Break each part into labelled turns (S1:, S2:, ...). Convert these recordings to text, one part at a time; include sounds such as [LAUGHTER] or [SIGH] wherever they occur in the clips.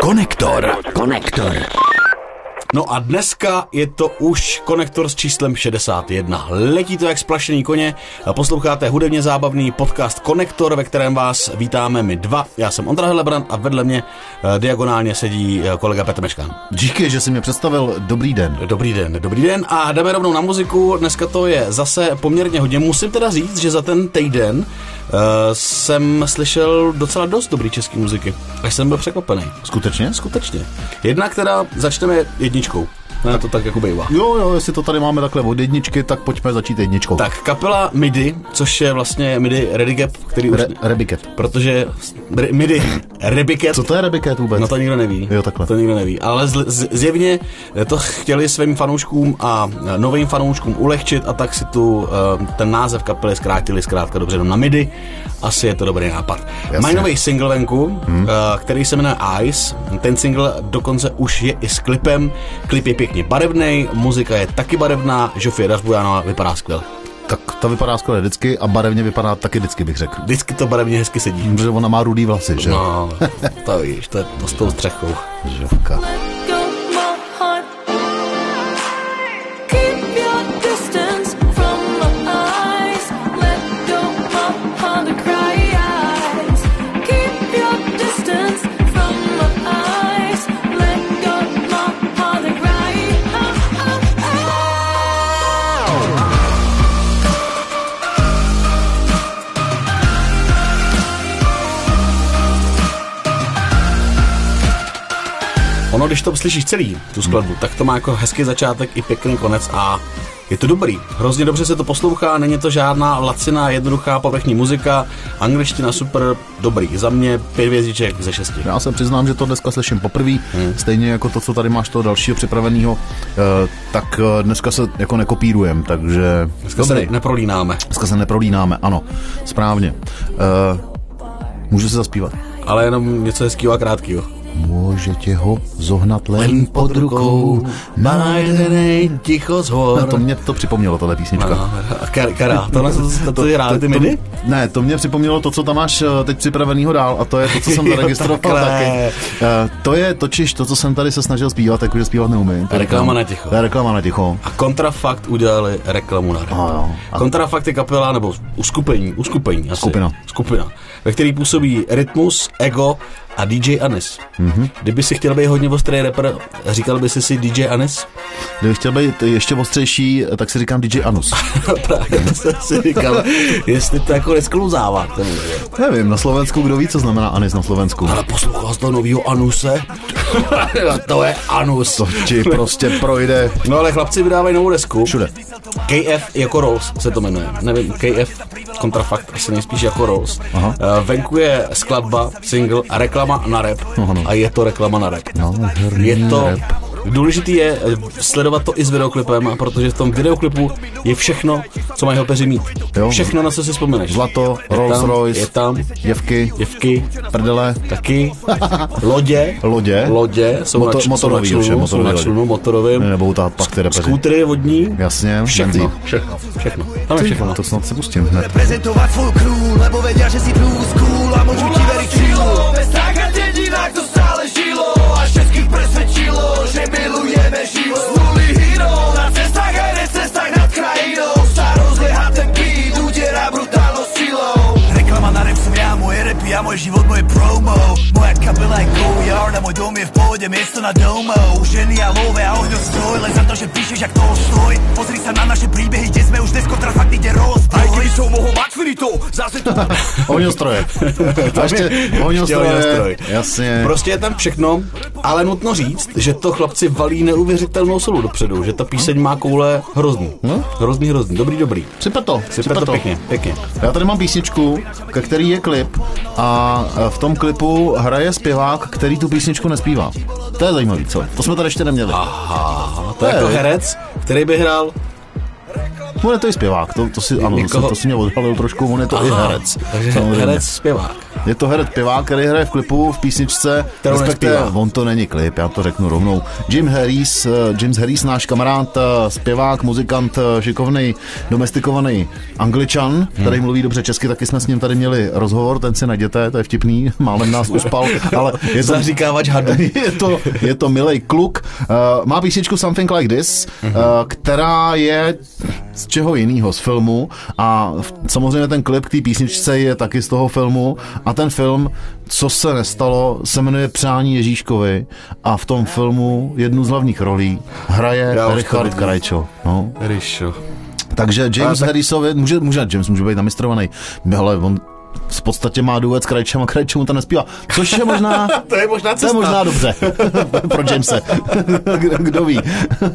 S1: Konektor. Konektor.
S2: No a dneska je to už konektor s číslem 61. Letí to jak splašený koně. Posloucháte hudebně zábavný podcast Konektor, ve kterém vás vítáme my dva. Já jsem Ondra Helebrant a vedle mě eh, diagonálně sedí eh, kolega Petr Meškán.
S3: Díky, že jsi mě představil. Dobrý den.
S2: Dobrý den, dobrý den a jdeme rovnou na muziku. Dneska to je zase poměrně hodně. Musím teda říct, že za ten týden uh, jsem slyšel docela dost dobrý český muziky. Až jsem byl překvapený.
S3: Skutečně?
S2: Skutečně. Jednak teda začneme jedničkou. Ne, to tak jako bývá.
S3: Jo, jo, jestli to tady máme takhle od jedničky, tak pojďme začít jedničkou.
S2: Tak kapela MIDI, což je vlastně MIDI Redigap, který už...
S3: Re- Rebiket.
S2: protože re- MIDI Rebiket...
S3: Co to je Rebiket vůbec?
S2: No to nikdo neví.
S3: Jo, takhle.
S2: To nikdo neví. Ale zl- z- zjevně to chtěli svým fanouškům a eh, novým fanouškům ulehčit a tak si tu eh, ten název kapely zkrátili zkrátka dobře jenom na midi. Asi je to dobrý nápad. Mají nový single venku, hmm. který se jmenuje Ice. Ten single dokonce už je i s klipem. Klip je pěkně barevný, muzika je taky barevná, Žofie Dařbujanová vypadá skvěle.
S3: tak ta vypadá skoro vždycky a barevně vypadá taky vždycky, bych řekl.
S2: Vždycky to barevně hezky sedí.
S3: Protože ona má rudý vlasy, že?
S2: No, to víš, to je to s tou střechou.
S3: Žovka.
S4: Go my heart. Keep your distance from my eyes. Let go my heart to cry eyes. Keep your distance from my eyes. Let go my heart to cry eyes.
S2: Ono, když to slyšíš celý, tu skladbu, tak to má jako hezký začátek i pěkný konec a je to dobrý. Hrozně dobře se to poslouchá, není to žádná laciná, jednoduchá povrchní muzika, angličtina super, dobrý. Za mě pět hvězdiček ze šesti.
S3: Já se přiznám, že to dneska slyším poprvé, hmm. stejně jako to, co tady máš toho dalšího připraveného, tak eh, dneska se jako nekopírujem, takže
S2: Dneska se ne- neprolínáme,
S3: dneska se neprolínáme, ano, správně. Eh, Můžu se zaspívat?
S2: ale jenom něco hezkýho a krátkýho.
S3: Můžete ho zohnat len pod rukou,
S2: najdenej ticho z hor.
S3: No, to mě to připomnělo, tahle písnička.
S2: No, a kar, kara, tohle to, to, to, je rád, ty midi?
S3: Ne, to mě připomnělo to, co tam máš eh, teď připravenýho dál a to je to, co jsem
S2: [LAUGHS] Jo,
S3: zaregistroval
S2: takhle.
S3: taky. Eh, To je totiž to, co jsem tady se snažil zpívat, jakože zpívat neumím. To je
S2: Reklama
S3: tam-
S2: na ticho.
S3: To je Reklama na ticho.
S2: A Kontrafakt udělali reklamu na
S3: A
S2: rap.
S3: No, jo. A-
S2: Kontrafakt je kapela, nebo uskupení, uskupení asi.
S3: Skupina.
S2: Skupina, ve který působí Rytmus, Ego a DJ Anis. Mm-hmm.
S3: Mhm.
S2: Kdyby si chtěl být hodně ostrý rapper, říkal by si si DJ Anis? [LAUGHS]
S3: Kdybych chtěl být ještě ostřejší, eh, tak si říkám DJ
S2: [LAUGHS]
S3: Anus.
S2: Právě to jsem si říkal, jestli to jako nesklouzává. k tomu.
S3: Nevím, na Slovensku kdo ví, co znamená Anis na Slovensku.
S2: Ale poslouchal jsi toho novýho Anuse? [LAUGHS] to je Anus.
S3: To ti prostě projde.
S2: No ale chlapci vydávají novou desku.
S3: Všude.
S2: KF jako Rolls se to jmenuje. Nevím, KF kontrafakt asi nejspíš jako Rolls.
S3: Aha.
S2: Eh, venku je skladba, single a reklama na rap.
S3: no.
S2: A je to reklama na rap.
S3: Nádherný
S2: Je to...
S3: rap.
S2: Důležitý je eh, sledovat to i s videoklipem, protože v tom videoklipu je všechno, co mají hopeři mít.
S3: Jo.
S2: Všechno, na co si vzpomeneš.
S3: Zlato,
S2: Je
S3: Rolls
S2: tam-
S3: Royce.
S2: Je tam,
S3: Děvky,
S2: děvky,
S3: prdele, [LAUGHS]
S2: taky, lodě,
S3: Lodě.
S2: lodě jsou
S3: Moto-
S2: na, jsou na
S3: motorový
S2: člunu,
S3: už je,
S2: jsou na
S3: motorový
S2: člunu,
S3: lodě.
S2: motorovým.
S3: nebo ta pak ty repeři.
S2: Skútry vodní.
S3: Jasně,
S2: Všechno,
S3: benzín.
S2: všechno, všechno. Tam je všechno.
S3: To snad se pustím hned.
S5: Prezentovat full crew, lebo vedia, že si plus cool a môžu ti veriť čilo. Bez strach a dedinách to stále žilo a všetkých presvedčilo, že milujeme život. Sluli hero na cestách aj necestách nad krajinou sa rozlieha ten beat, udiera brutálnou silou. Reklama na rap som ja, moje repy a môj život, moje promo. Moja kapela je go yard a môj dom je v pohode, miesto na domov. Ženy a love a ohňo stoj, len za to, že píšeš, jak to stoj. Pozri sa na naše príbehy, kde sme už dnes kontra fakt ide rozboj. Aj keby som mohol mať finitou, zase [LAUGHS] to...
S3: Ohňostroje. A [LAUGHS] ještě ohňostroje. Jasně.
S2: Prostě je tam všechno, ale nutno říct, že to chlapci valí neuvěřitelnou solu dopředu, že ta píseň má koule hrozný.
S3: No.
S2: Hrozný, hrozný. Dobrý, dobrý.
S3: Sype to,
S2: Sype to pěkně, pěkně.
S3: Já tady mám písničku, ke který je klip a e, v tom klipu hraje zpěvák, který tu písničku nespívá. To je zajímavý, co? To jsme tady ještě neměli.
S2: Ah. Aha, to je jako
S3: Ne.
S2: herec, který by hrál
S3: On je to i zpěvák, to, to si, ano,
S2: Někoho-
S3: to si mě odhalil trošku, on je to i herec.
S2: Takže
S3: samozřejmě. [LAUGHS]
S2: herec, zpěvák.
S3: Je to herec pivák, který hraje v klipu, v písničce,
S2: Kterou
S3: respektive,
S2: nezpívá.
S3: on to není klip, já to řeknu rovnou. Jim Harris, eh, James Harris, náš kamarád, eh, zpěvák, muzikant, eh, šikovný, domestikovaný angličan, který mluví dobře česky, taky jsme s ním tady měli rozhovor, ten si najděte, to je vtipný, [LAUGHS] málem nás uspal, ale je to,
S2: Zaříkávač hadu.
S3: [LAUGHS] je to, je to milej kluk. Uh, má písničku Something Like This, uh, která je z čeho jiného, z filmu. A v, samozřejmě ten klip k té písničce je taky z toho filmu. A ten film, co se nestalo, se jmenuje Přání Ježíškovi. A v tom filmu jednu z hlavních rolí hraje
S2: Já už to
S3: Richard
S2: vidím.
S3: Krajčo. No.
S2: Ryšo.
S3: Takže
S2: Ale
S3: James
S2: tak-
S3: Harrisovi, může, může, James může být namistrovaný, ale on v podstatě má duet s Krajčem a Krajčem mu to nespívá. Což je možná...
S2: [LAUGHS] To je možná
S3: To je možná dobře [LAUGHS] pro Jamese. [LAUGHS] kdo, kdo ví.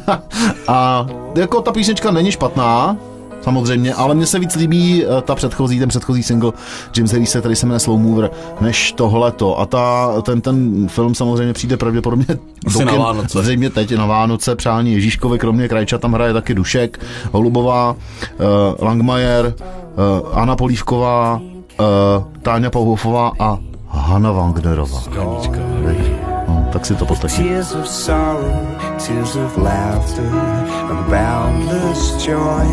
S3: [LAUGHS] A jako ta písnička není špatná, samozřejmě, ale mně se víc líbí eh, ta předchozí, ten předchozí single James Harrise, který se jmenuje Slow Mover, než tohleto. A ta, ten, ten film samozřejmě přijde pravděpodobně do
S2: Asi na
S3: kin
S2: Vánoce.
S3: zřejmě teď na Vánoce, přání Ježíškovi, kromě Krajča tam hraje taky Dušek, Holubová, eh, Langmajer, eh, Anna Polívková, eh, Táňa Pauhofová a Hanna Wagnerová. No, tak si to poslechni.
S6: Tears of sorrow, tears of laughter, and boundless joy.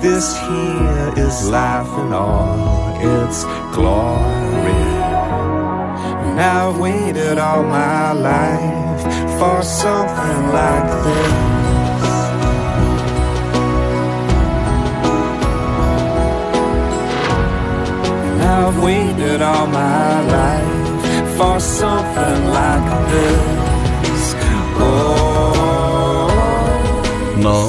S6: This here is life in all its glory. And I've waited all my life for something like this. And I've waited all my life for something like this. Oh.
S2: No,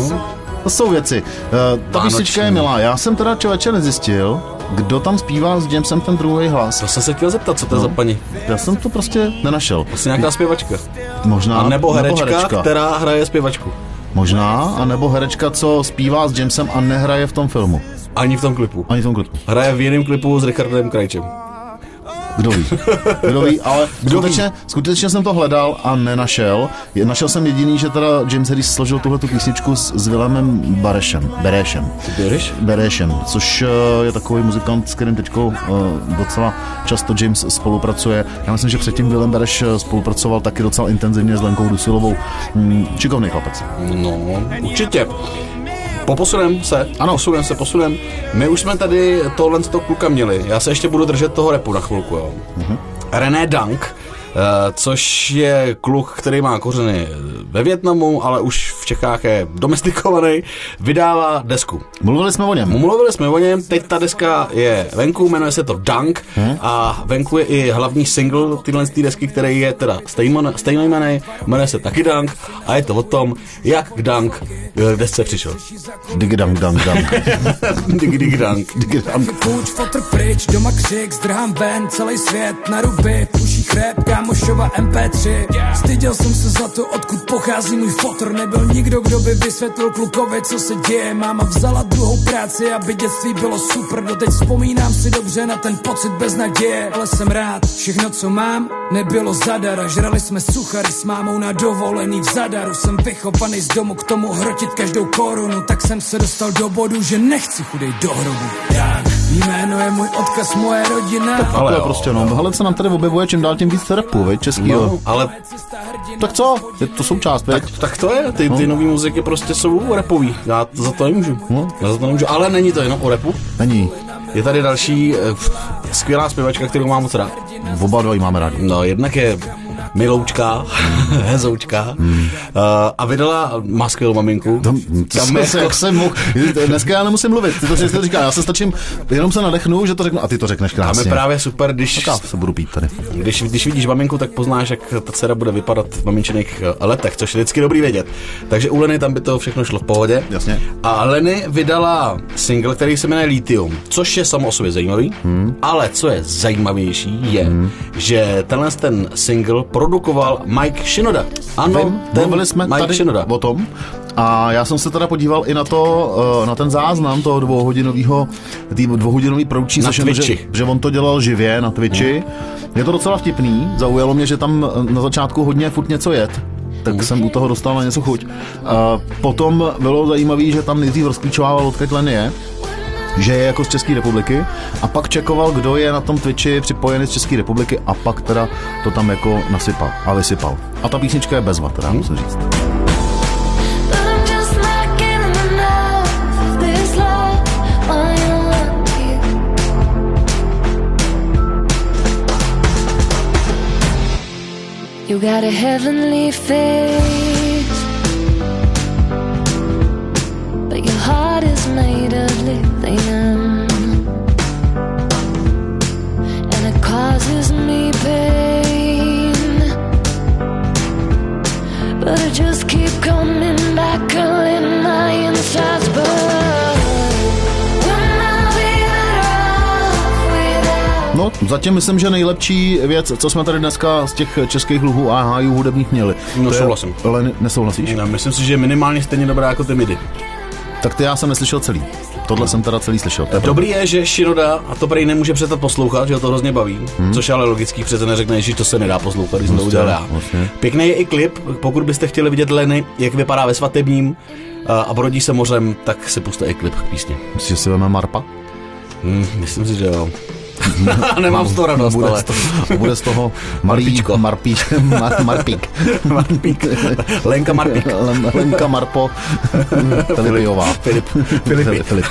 S3: To jsou věci. Eh, Ta
S2: Vánoční.
S3: písnička je milá. Já jsem teda člověče nezjistil, kdo tam zpívá s Jamesem ten druhý hlas.
S2: to jsem se chtěl zeptat, co to je za
S3: No.
S2: paní.
S3: Já jsem to prostě nenašel.
S2: Asi nějaká zpěvačka.
S3: Možná,
S2: A nebo herečka,
S3: herečka.
S2: která hraje zpěvačku.
S3: Možná, a nebo herečka, co zpívá s Jamesem a nehraje v tom filmu.
S2: Ani v tom klipu.
S3: Ani v tom klipu.
S2: Hraje v jiném klipu s Richardem Krajčem.
S3: Kdo ví? Kdo ví, ale [LAUGHS] Kdo skutečně, ví? skutečně jsem to hledal a nenašel. Je- Našel jsem jediný, že teda James Harris složil tuhle tu písničku s, s Vilemem Barešem. Berešem.
S2: Běreš?
S3: Berešem, což eh, je takový muzikant, s kterým teď docela často James spolupracuje. Já myslím, že předtím Willem Bereš eh, spolupracoval taky docela intenzivně s Lenkou Dusilovou. Hmm, Šikovný chlapec.
S2: No, určitě. Poposunem se,
S3: Ano.
S2: ano. posunem se, posunem. My už jsme tady tohle z toho kluka měli. Já se ještě budu držet toho repu na chvilku, jo. René Dunk, eh, což je kluk, který má kořeny ve Větnamu, ale už v Čechách je domestikovaný, vydává desku.
S3: Mluvili jsme o něm.
S2: Mluvili jsme o něm, teď ta deska je venku, jmenuje se to Dunk a venku je i hlavní single téhle z té desky, který je teda stejno- stejnojmenej, jmenuje se taky Dunk a je to o tom, jak k Dunk eh, desce přišel. [LAUGHS]
S3: Digi dang dang dang.
S2: Dig dig Dunk.
S3: Digi dang.
S7: Kůč, fotr pryč, doma křik, zdrhám ven, celý svět na ruby, puší chréb, kámošova MP3. Styděl jsem se za to, odkud pochází můj fotr, nebyl nikdo, kdo by vysvětlil klukovi, co se děje. Máma vzala druhou práci, aby dětství bylo super, doteď vzpomínám si dobře na ten pocit bez naděje, ale jsem rád, všechno, co mám, nebylo zadara, žrali jsme suchary s mámou na dovolený v zadaru, jsem vychopaný z domu, k tomu hrotit každou korunu, tak jsem se dostal do bodu, že nechci chudej do hrobu. Tak, jméno je můj odkaz, moje rodina.
S3: [LAUGHS] Ale jo, prostě no, hele, se nám tady objevuje čím dál tím víc rapu, veď, českýho.
S2: No, ale
S3: Tak co? Je to součást, veď?
S2: tak, tak to je, ty, ty nový muziky prostě jsou rapový, já t- za to nemůžu, já za to nemůžu, ale není to jenom o rapu,
S3: Není.
S2: je tady další eh, skvělá zpěvačka, kterou mám moc rád.
S3: Oba dva ji máme rádi.
S2: No, jednak je miloučka, [LAUGHS] hezoučka hmm. a vydala má skvělou maminku.
S3: Tam, tam jsem,
S2: je jako-
S3: se, jak jsem mohl, dneska já nemusím mluvit, ty to všechno říkáš, já se stačím, jenom se nadechnu, že to řeknu, a ty to řekneš
S2: tam
S3: krásně.
S2: je právě super, když,
S3: Já se budu pít tady.
S2: když, když vidíš maminku, tak poznáš, jak ta dcera bude vypadat v maminčiných eh, letech, což je vždycky dobrý vědět. Takže u Leny tam by to všechno šlo v pohodě.
S3: Jasně.
S2: A Leny vydala single, který se jmenuje Lithium, což je samo o sobě zajímavý, hmm. ale co je zajímavější je, hmm. že tenhle ten single produkoval Mike Shinoda. Ano,
S3: Vím,
S2: ten
S3: mluvili jsme
S2: Mike
S3: tady
S2: Shinoda.
S3: o tom. A já jsem se teda podíval i na to, eh, na ten záznam toho dvouhodinového, tý dvouhodinový produční
S2: Na
S3: session, že,
S2: Twitchi. No.
S3: že on to dělal živě na Twitchi. Je to docela vtipný, zaujalo mě, že tam eh, na začátku hodně furt něco jet. Tak
S2: Mhm.
S3: jsem u toho dostal na něco chuť. A potom bylo zajímavé, že tam nejdřív rozklíčovával, odkud Len je. že je jako z České republiky a pak čekoval, kdo je na tom Twitchi připojený z České republiky a pak teda to tam jako nasypal a vysypal. A ta písnička je bezva, teda musím říct.
S4: But I'm just not getting enough of this life. I am lucky. You got a heavenly face, but your heart is made of lithium, and it causes me pain. But I just keep coming back and my insides burn. Will I be better off without?
S3: No, zatím myslím, že nejlepší věc, co jsme tady dneska z těch českých luhů a hájů hudebních měli.
S2: No,
S3: To je-
S2: souhlasím. Mm.
S3: Ale ne- nesouhlasíš?
S2: Ne, myslím si, že je minimálně stejně dobrá jako ty midy.
S3: Tak ty já jsem neslyšel celý. Tohle jsem teda celý slyšel. To je pravda.
S2: Dobrý je, že Šinoda, a to prej nemůže přestat poslouchat, že ho to hrozně baví, hmm. což je ale logický přece neřekne, že to se nedá poslouchat, když jsem to udělal já.
S3: vlastně.
S2: Pěkný je i klip, pokud byste chtěli vidět Leny, jak vypadá ve svatebním a a brodí se mořem, tak si puste i klip k písni.
S3: Myslíš, že si veme Marpa?
S2: Hmm, myslím si,
S3: [LAUGHS]
S2: že jo. Nemám z toho radost,
S3: Bude
S2: ale
S3: z toho, [LAUGHS] bude z toho malý
S2: Marpíčko.
S3: Marpíč, mar, Marpík.
S2: Marpík. Lenka Marpík.
S3: Len- Lenka
S2: [LAUGHS]
S3: Marpo Telibijová. [LAUGHS]
S2: Filip. Filipi.
S3: Filip.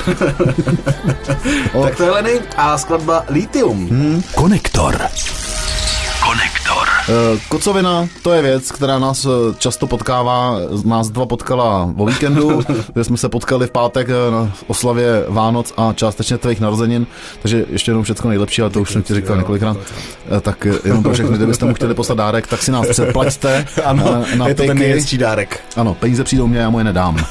S2: Tak to je Leny a skladba Lithium.
S3: Hmm,
S1: Konektor. Konektor.
S3: Eh, Kocovina, to je věc, která nás eh, často potkává, nás dva potkala o
S2: [LAUGHS]
S3: víkendu, kde jsme se potkali v pátek eh, na oslavě Vánoc a částečně tvých narozenin, takže ještě jednou všechno nejlepší, ale to už jsem ti říkal několikrát, Eh, tak eh, jenom pro všechny, kdybyste mu chtěli poslat dárek, tak si nás předplaťte
S2: [LAUGHS] Ano,
S3: eh,
S2: No, je to ten nejhezčí dárek, [LAUGHS]
S3: Ano, peníze přijdou mě, já mu je nedám.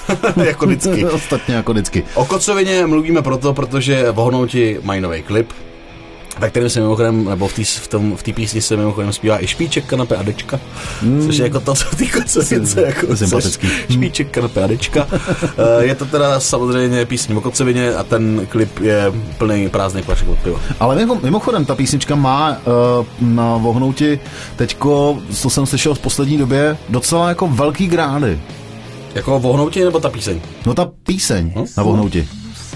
S2: jako [LAUGHS]
S3: [LAUGHS]
S2: vždycky.
S3: Ostatně jako vždycky.
S2: O Kocovině mluvíme proto, protože v Hohnouti mají nový klip, ve kterém se mimochodem, nebo v té v tom, v té písni se mimochodem zpívá i špíček, kanape a dečka, mm. což je jako to, co ty kocovince [LAUGHS] jako chceš.
S3: Hmm. Sympatický.
S2: Špíček, kanape a dečka. Eh, je to teda samozřejmě písní o Kocovině a ten klip je plný prázdný plašek od piva.
S3: Ale mimo, mimochodem, ta písnička má uh, na vohnouti teďko, co jsem slyšel v poslední době, docela jako velký grády.
S2: Jako o Hohnouti nebo ta píseň?
S3: No ta píseň
S2: Hm?
S3: na vohnouti.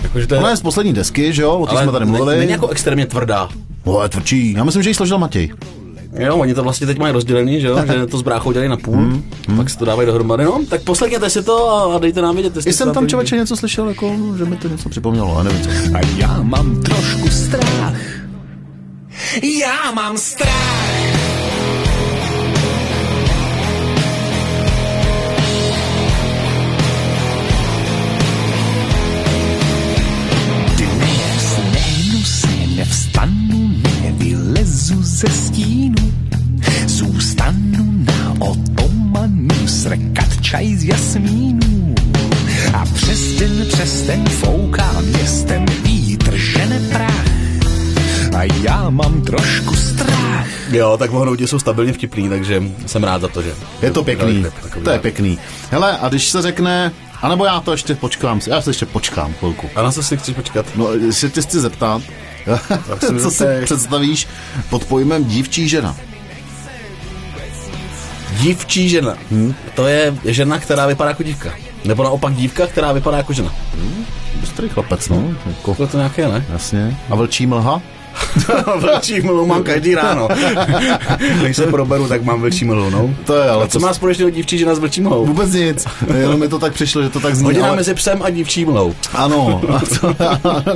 S2: Jakože to je,
S3: Ona je z poslední desky, že jo? O té
S2: ale
S3: jsme tady mluvili.
S2: ne- Není jako extrémně tvrdá.
S3: No, je tvrdší. Já myslím, že ji složil Matěj.
S2: Jo, oni to vlastně teď mají rozdělený, že jo, že to s bráchou dělají na půl,
S3: Hmm,
S2: mm, mm. pak si to dávají dohromady, no, tak poslechněte si to a- a dejte nám vědět, jestli
S3: I
S2: to
S3: jsem
S2: vám to
S3: tam
S2: líbí.
S3: člověče něco slyšel, jako, že mi to něco připomnělo, ale nevím co.
S8: A já mám trošku strach. Já mám strach. Dnes nehnu se, nevstanu, nevylezu ze stínu. Zůstanu na otomanu, srkat čaj z jasmínů. A přes den, přes den fouká městem vítr, žene prach. A já mám trošku strach.
S2: Jo, tak vohnoutě jsou stabilně vtipný, takže jsem rád za to, že...
S3: Je to pěkný,
S2: Takový
S3: to je
S2: dárek.
S3: pěkný. Hele, a když se řekne, anebo já to ještě počkám, si- já se ještě počkám chvilku.
S2: A na co si chceš počkat?
S3: No, se tě chci zeptat, [LAUGHS]
S2: se
S3: co si
S2: zeptej.
S3: představíš pod pojmem dívčí žena?
S2: Dívčí žena. Hmm. To je žena, která vypadá jako dívka. Nebo naopak dívka, která vypadá jako žena.
S3: Bystrý chlapec, no. Jako,
S2: Takhle to
S3: [LAUGHS]
S2: nějaké, ne?
S3: jasně. A vlčí mlha?
S2: vlčí mlou mám každý ráno. [LAUGHS] Když se proberu, tak mám vlčí mlou, no.
S3: To je, ale
S2: A co má společného dívčí žena s vlčí mlou?
S3: Vůbec nic, jenom mi to tak přišlo, že to tak zní,
S2: Hodina
S3: ale...
S2: mezi psem a dívčí mlou.
S3: Ano, [LAUGHS] a to,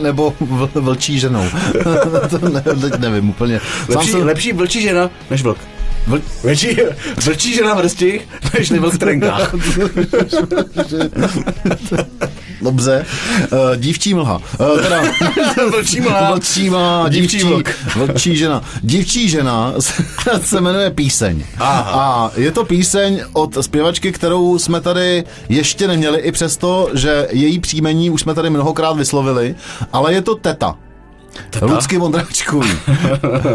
S3: [LAUGHS] nebo vl- vlčí ženou. [LAUGHS] to ne, teď nevím úplně. Sám
S2: Lepší,
S3: jsem-
S2: lepší vlčí žena než vlk. Vl- vlčí, [LAUGHS] vlčí žena v hrsti než vlk v trenkách.
S3: Dobře. Uh, dívčí mlha. Uh, teda,
S2: [LAUGHS] vlčí mlá.
S3: vlčí mlha,
S2: Dívčí
S3: dívčí,
S2: vlk.
S3: vlčí žena. Dívčí žena se, se jmenuje Píseň.
S2: Aha.
S3: A je to píseň od zpěvačky, kterou jsme tady ještě neměli, i přesto, že její příjmení už jsme tady mnohokrát vyslovili, ale je to Teta. Teta? Lucky
S2: [LAUGHS]
S3: Vondráčkový.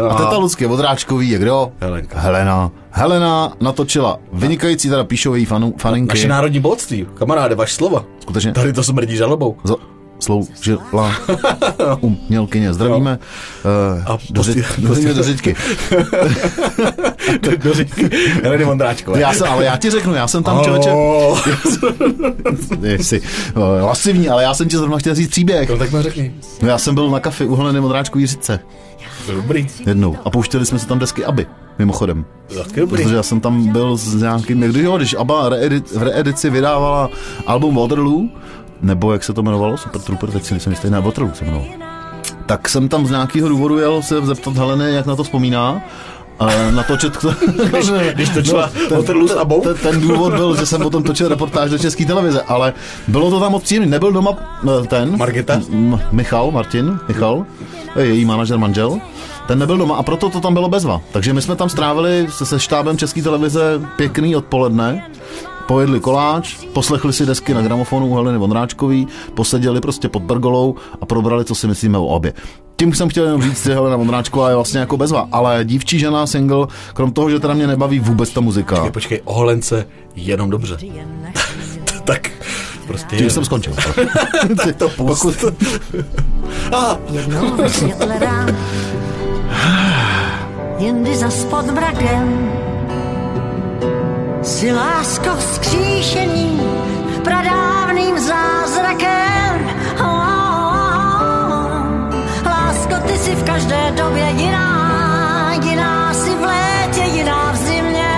S3: A teta Lucky Vondráčkový je kdo?
S2: Helenka.
S3: Helena. Helena natočila vynikající, teda píšou její fanu, faninky.
S2: Naše národní bohatství, kamaráde, vaš slova.
S3: Skutečně.
S2: Tady to smrdí žalobou.
S3: Za, sloužila umělkyně. Zdravíme
S2: A
S3: no. do, ři-
S2: posílá-
S3: do, ři- do řičky.
S2: do, do [LAUGHS] řičky. Heleny Vondráčkové.
S3: Já jsem, ale já ti řeknu, já jsem tam
S2: [LAUGHS]
S3: člověče,
S2: Haló.
S3: jsi eh, lasivní, ale já jsem ti zrovna chtěl říct příběh.
S2: No tak mi řekni.
S3: No, Já jsem byl na kafi u Heleny Modráčkový říce
S2: To je dobrý.
S3: jednou a pouštěli jsme se tam desky Aby, mimochodem.
S2: Tak je dobrý.
S3: Protože já jsem tam byl s nějakým, když, jo, když ABBA reedit, v reedici vydávala album Waterloo, nebo jak se to jmenovalo, Super Trooper, teď si nejsem jistý, ne, Waterloo se jmenovalo. Tak jsem tam z nějakého důvodu jel se zeptat Heleny, jak na to vzpomíná. A natočit to, když,
S2: [LAUGHS] když točila Waterloo s Abbou?
S3: ten, ten, důvod byl, že jsem potom točil reportáž do české televize, ale bylo to tam moc příjemný. Nebyl doma eh, ten...
S2: Margita?
S3: M- Michal, Martin, Michal, eh, její manažer manžel, ten nebyl doma a proto to tam bylo bezva. Takže my jsme tam strávili se, se štábem České televize pěkný odpoledne, pojedli koláč, poslechli si desky na gramofonu u Heleny Vondráčkový, poseděli prostě pod brgolou a probrali, co si myslíme o obě. Tím jsem chtěl jenom říct, že Helena Vondráčková je vlastně jako bezva, ale dívčí žena single, krom toho, že teda mě nebaví vůbec ta muzika.
S2: Počkej, počkej, o Holence jenom dobře. [LAUGHS] tak prostě
S3: Tím
S2: je.
S3: jsem skončil.
S2: tak [LAUGHS] to pust. A,
S9: Jednou ve světle rán, jindy zas pod mrakem. Si lásko vzkříšení, pradávným zázrakem. Oh, oh, oh. Lásko, ty jsi v každé době jiná, jiná si v létě, jiná v zimě.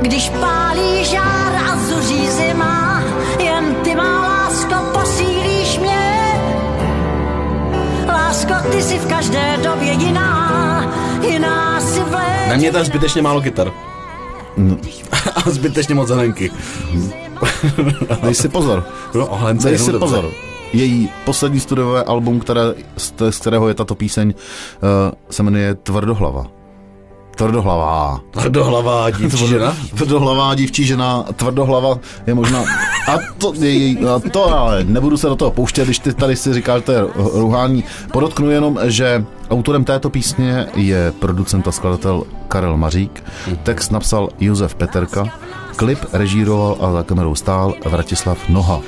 S9: Když pálí žár a zuří zima, jen ty má lásko posílíš mě. Lásko, ty jsi v každé době jiná, jiná si v létě.
S2: na mě je tam zbytečně málo kytar. No. [LAUGHS] A zbytečně moc zelenky.
S3: Dej si pozor.
S2: No, o Holence
S3: Dej
S2: jenom
S3: si
S2: dobře.
S3: pozor. Její poslední studiové album, které, z té- z kterého je tato píseň, eh, se jmenuje Tvrdohlava. Tvrdohlava.
S2: [LAUGHS] Tvrdohlavá dívčí žena.
S3: Tvrdohlavá dívčí žena, tvrdohlava je možná... A to, je, její- a to ale nebudu se do toho pouštět, když ty tady si říkáš, že to je ru- ruhání. Podotknu jenom, že autorem této písně je producent a skladatel Karel Mařík.
S2: Mhm.
S3: Text napsal Josef Peterka. Klip režíroval a za kamerou stál Vratislav Noha.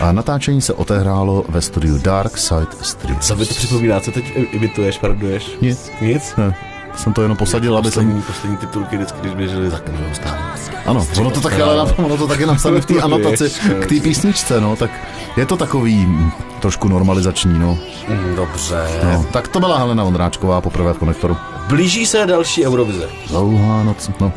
S3: A natáčení se otehrálo ve studiu Dark Side Studios.
S2: Co mi to připomíná? Co teď imituješ, paroduješ?
S3: Nic. No.
S2: Nic?
S3: Ne, jsem to jenom posadil, aby jsem
S2: Poslední, poslední titulky vždycky, když běželi za kamerou stále.
S3: Ano, ono to taky, ale nap- ono to taky napsané v té anotaci k té písničce, no, tak je to takový mm, trošku normalizační, no.
S2: Mm, Dobře.
S3: no. Tak to byla Helena Ondráčková poprvé v konektoru.
S2: Blíží se další Eurovize.
S3: Dlouhá noc, no.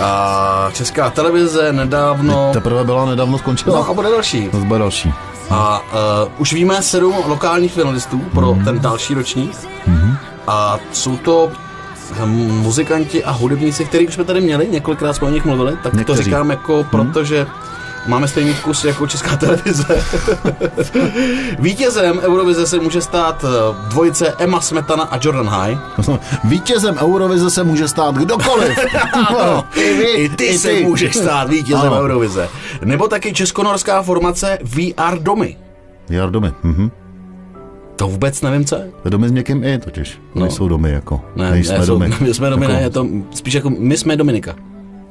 S2: A česká televize nedávno...
S3: Teprve byla nedávno
S2: No a
S3: skončila.
S2: bude další.
S3: No, to bude další. [LAUGHS]
S2: A uh, už víme sedm lokálních finalistů pro mm-hmm. ten další ročník. Mm-hmm. A jsou to hm, muzikanti a hudebníci, který už jsme tady měli, několikrát jsme o nich mluvili, tak Někteří. to
S3: Někteří.
S2: říkám jako, protože máme stejný vkus jako česká televize. Vítězem Eurovize se může stát eh, dvojice Emma Smetana a Jordan High.
S3: Vítězem Eurovize se může stát kdokoliv.
S2: [LAUGHS]
S3: No,
S2: Ano, i, vy, i ty se můžeš stát vítězem
S3: Ano.
S2: Eurovize. Nebo taky českonorská formace VR Domy.
S3: Já domy. Mhm.
S2: To vůbec nevím, co je.
S3: To je Domy s někým i totiž. No. Nejsou domy jako.
S2: Ne,
S3: Nejsme
S2: ne, jsou-
S3: domy.
S2: [LAUGHS] My jsme domy, ne,
S3: Jako-
S2: je to spíš jako my jsme Dominika.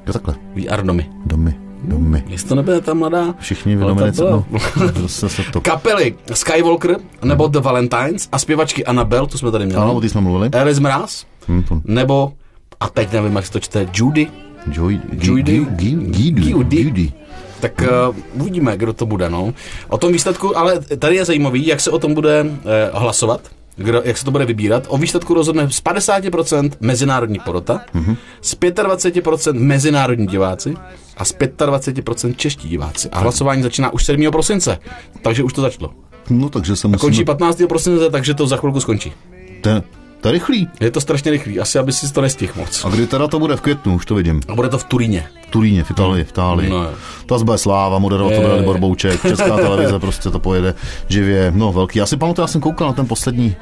S3: Jo, takhle.
S2: VR domy.
S3: Domy. Domy.
S2: Jestli to nebude ta mladá...
S3: Všichni
S2: No, ale ta
S3: vydomenice.
S2: byla.
S3: No, zase se to.
S2: Kapely Skywalker nebo The Valentines a zpěvačky Annabelle, tu jsme tady měli.
S3: Ano, o té jsme mluvili.
S2: Alice Mraz,
S3: Hm, to-
S2: nebo, a teď nevím, jak se to čte, Judy.
S3: Joy,
S2: Judy.
S3: Judy. Judy.
S2: Judy.
S3: Judy.
S2: Tak uh, uvidíme, kdo to bude, no. O tom výsledku, ale tady je zajímavý, jak se o tom bude uh, hlasovat, kdo, jak se to bude vybírat. O výsledku rozhodne z 50% mezinárodní porota, mm-hmm. z 25% mezinárodní diváci a z 25% čeští diváci. A hlasování začíná už 7. prosince, takže už to začalo.
S3: No takže se musíme...
S2: Končí 15. prosince, takže to za chvilku skončí.
S3: To, je- to je rychlý.
S2: Je to strašně rychlý, asi aby si to nestihl moc.
S3: A kdy teda to bude v květnu, už to vidím.
S2: A bude to v Turíně.
S3: V Turíně, v Itálii, v Itálii.
S2: No jo. Eh.
S3: Ta zbe sláva, moderovat to
S2: Je,
S3: bude
S2: je,
S3: Libor
S2: je.
S3: Bouček, česká televize prostě to pojede živě. No velký. Já si pamatuju, já jsem koukal na ten poslední,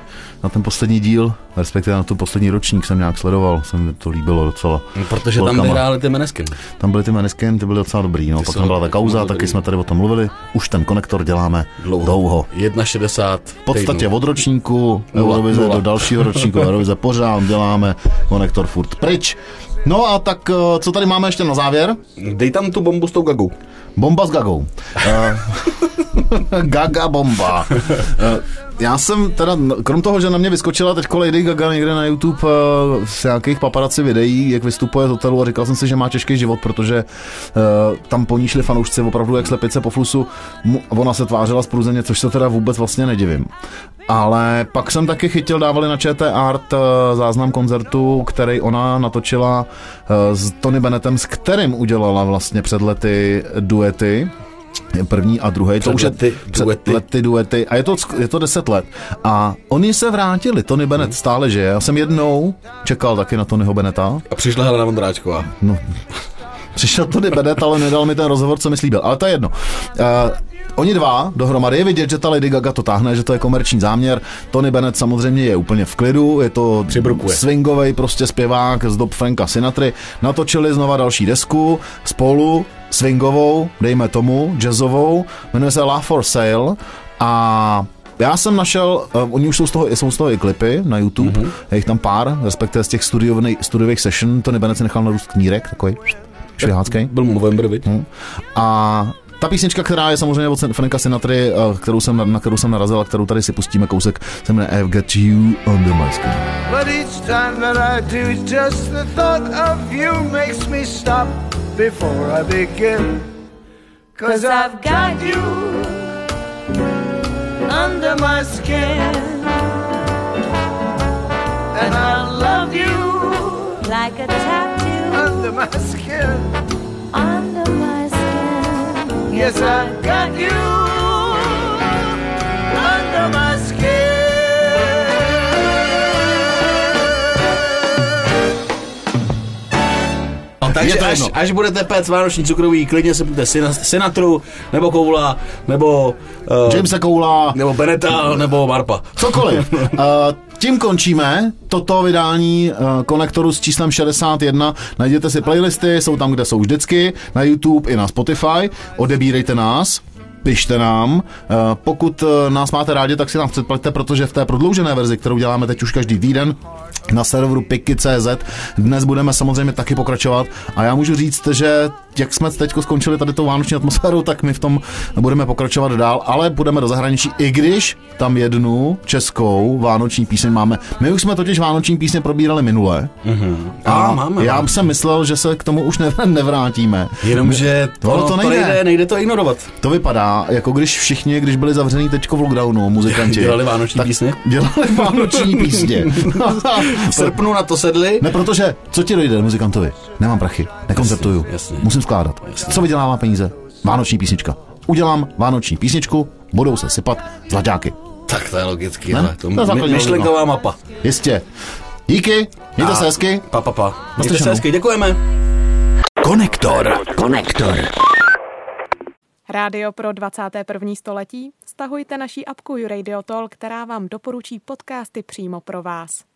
S3: na ten poslední díl, respektive na tu poslední ročník jsem nějak sledoval, se mi to líbilo docela.
S2: No, protože tam
S3: Holkama.
S2: vyhráli ty menesky.
S3: Tam byly ty Maneskin, ty byly docela dobrý, no.
S2: jsou
S3: Potom byla ta
S2: dobrý,
S3: kauza,
S2: jsou
S3: taky
S2: dobrý.
S3: jsme tady o tom mluvili. Už ten konektor děláme dlouho. dlouho.
S2: 1,60
S3: V podstatě od ročníku
S2: Nula,
S3: Eurovize
S2: nula.
S3: do dalšího ročníku Eurovize pořád děláme konektor furt pryč. No a tak, eh, co tady máme ještě na závěr?
S2: Dej tam tu bombu s tou gagou.
S3: Bomba s gagou. Eh, Gaga bomba. Eh, Já jsem teda, krom toho, že na mě vyskočila teď Lady Gaga někde na YouTube eh, z nějakých paparaci videí, jak vystupuje z hotelu a říkal jsem si, že má těžký život, protože eh, tam po ní šli fanoušci opravdu jak slepice po flusu. Mu- Ona se tvářila z průzeně, což se teda vůbec vlastně nedivím. Ale pak jsem taky chytil, dávali na ČT Art eh, záznam koncertu, který ona natočila eh, s Tony Bennettem, s kterým udělala vlastně před lety duety první a druhý. to už je
S2: lety
S3: před
S2: duety.
S3: lety duety. A je to, sk- je to 10 let. A oni se vrátili. Tony Bennett stále žije. Já jsem jednou čekal taky na Tonyho Beneta.
S2: A přišla Helena Vondráčková.
S3: Přišel Tony Bennett, ale nedal mi ten rozhovor, co mi slíbil. Ale to je jedno. Uh, oni dva dohromady je vidět, že ta Lady Gaga to táhne, že to je komerční záměr. Tony Bennett samozřejmě je úplně v klidu, je to
S2: Přibrukuje.
S3: swingový prostě zpěvák z dob Franka Sinatry. Natočili znova další desku spolu, swingovou, dejme tomu, jazzovou, jmenuje se Love for Sale a já jsem našel, um, oni už jsou z toho, jsou z toho i klipy na YouTube, mm-hmm. je jich tam pár, respektive z těch studiovnej- studiových session, to Bennett si nechal narůst knírek, takový švihácký.
S2: Byl Movember, viď?
S3: No. A ta písnička, která je samozřejmě od Franka Sinatry, eh, kterou jsem, na- na kterou jsem narazil a kterou tady si pustíme kousek, se jmenuje I've got you under my skin.
S5: But each time that I do, just the thought of you makes me stop before I begin. Cause I've got you under my skin. And I love you
S4: Like a tattoo
S5: under my skin.
S4: under my skin.
S5: Yes, I've got you under my skin.
S2: A takže
S3: Je to
S2: až,
S3: jedno.
S2: až budete péct vánoční cukroví, klidně se půjte Sina- Sinatru, nebo Koula, nebo... eh,
S3: Jamesa Koula,
S2: nebo Beneta, nebo Marpa.
S3: cokoliv. Uh, tím končíme toto vydání uh, konektoru s číslem 61. Najděte si playlisty, jsou tam, kde jsou vždycky, na YouTube i na Spotify. Odebírejte nás, pište nám. Eh, Pokud eh, nás máte rádi, tak si nám předplaťte, protože v té prodloužené verzi, kterou děláme teď už každý týden, na serveru piky.cz dnes budeme samozřejmě taky pokračovat a já můžu říct, že jak jsme teď skončili tady tou vánoční atmosféru, tak my v tom budeme pokračovat dál, ale budeme do zahraničí, i když tam jednu českou vánoční píseň máme. My už jsme totiž vánoční písně probírali minule
S2: A, máme. no.
S3: já jsem myslel, že se k tomu už ne- [LAUGHS] nevrátíme.
S2: Jenomže to,
S3: Ono to
S2: to
S3: nejde.
S2: nejde, nejde to ignorovat.
S3: To vypadá, jako když všichni, když byli zavřený teďko v lockdownu, muzikanti.
S2: [LAUGHS] Dělali vánoční písně?
S3: Dělali vánoční
S2: [LAUGHS]
S3: písně. [LAUGHS]
S2: V srpnu na to sedli.
S3: Prostě- Ne, protože co ti dojde muzikantovi? Nemám prachy, nekoncertuju,
S2: jasně.
S3: musím vkládat. Co vydělává peníze? Vánoční písnička. Udělám vánoční písničku, budou se sypat zlaťáky.
S2: Tak to je logicky,
S3: Ne?
S2: ale
S3: To je
S2: to
S3: základní
S2: myšlenková mapa.
S3: Jistě. Díky, mějte se hezky.
S2: Pa, pa, pa. Mějte se
S3: Naslyšenou.
S2: Prostě hezky, děkujeme.
S1: Konektor. Konektor.
S10: Rádio pro 21. století? Stahujte naší apku Radio Talk, která vám doporučí podcasty přímo pro vás.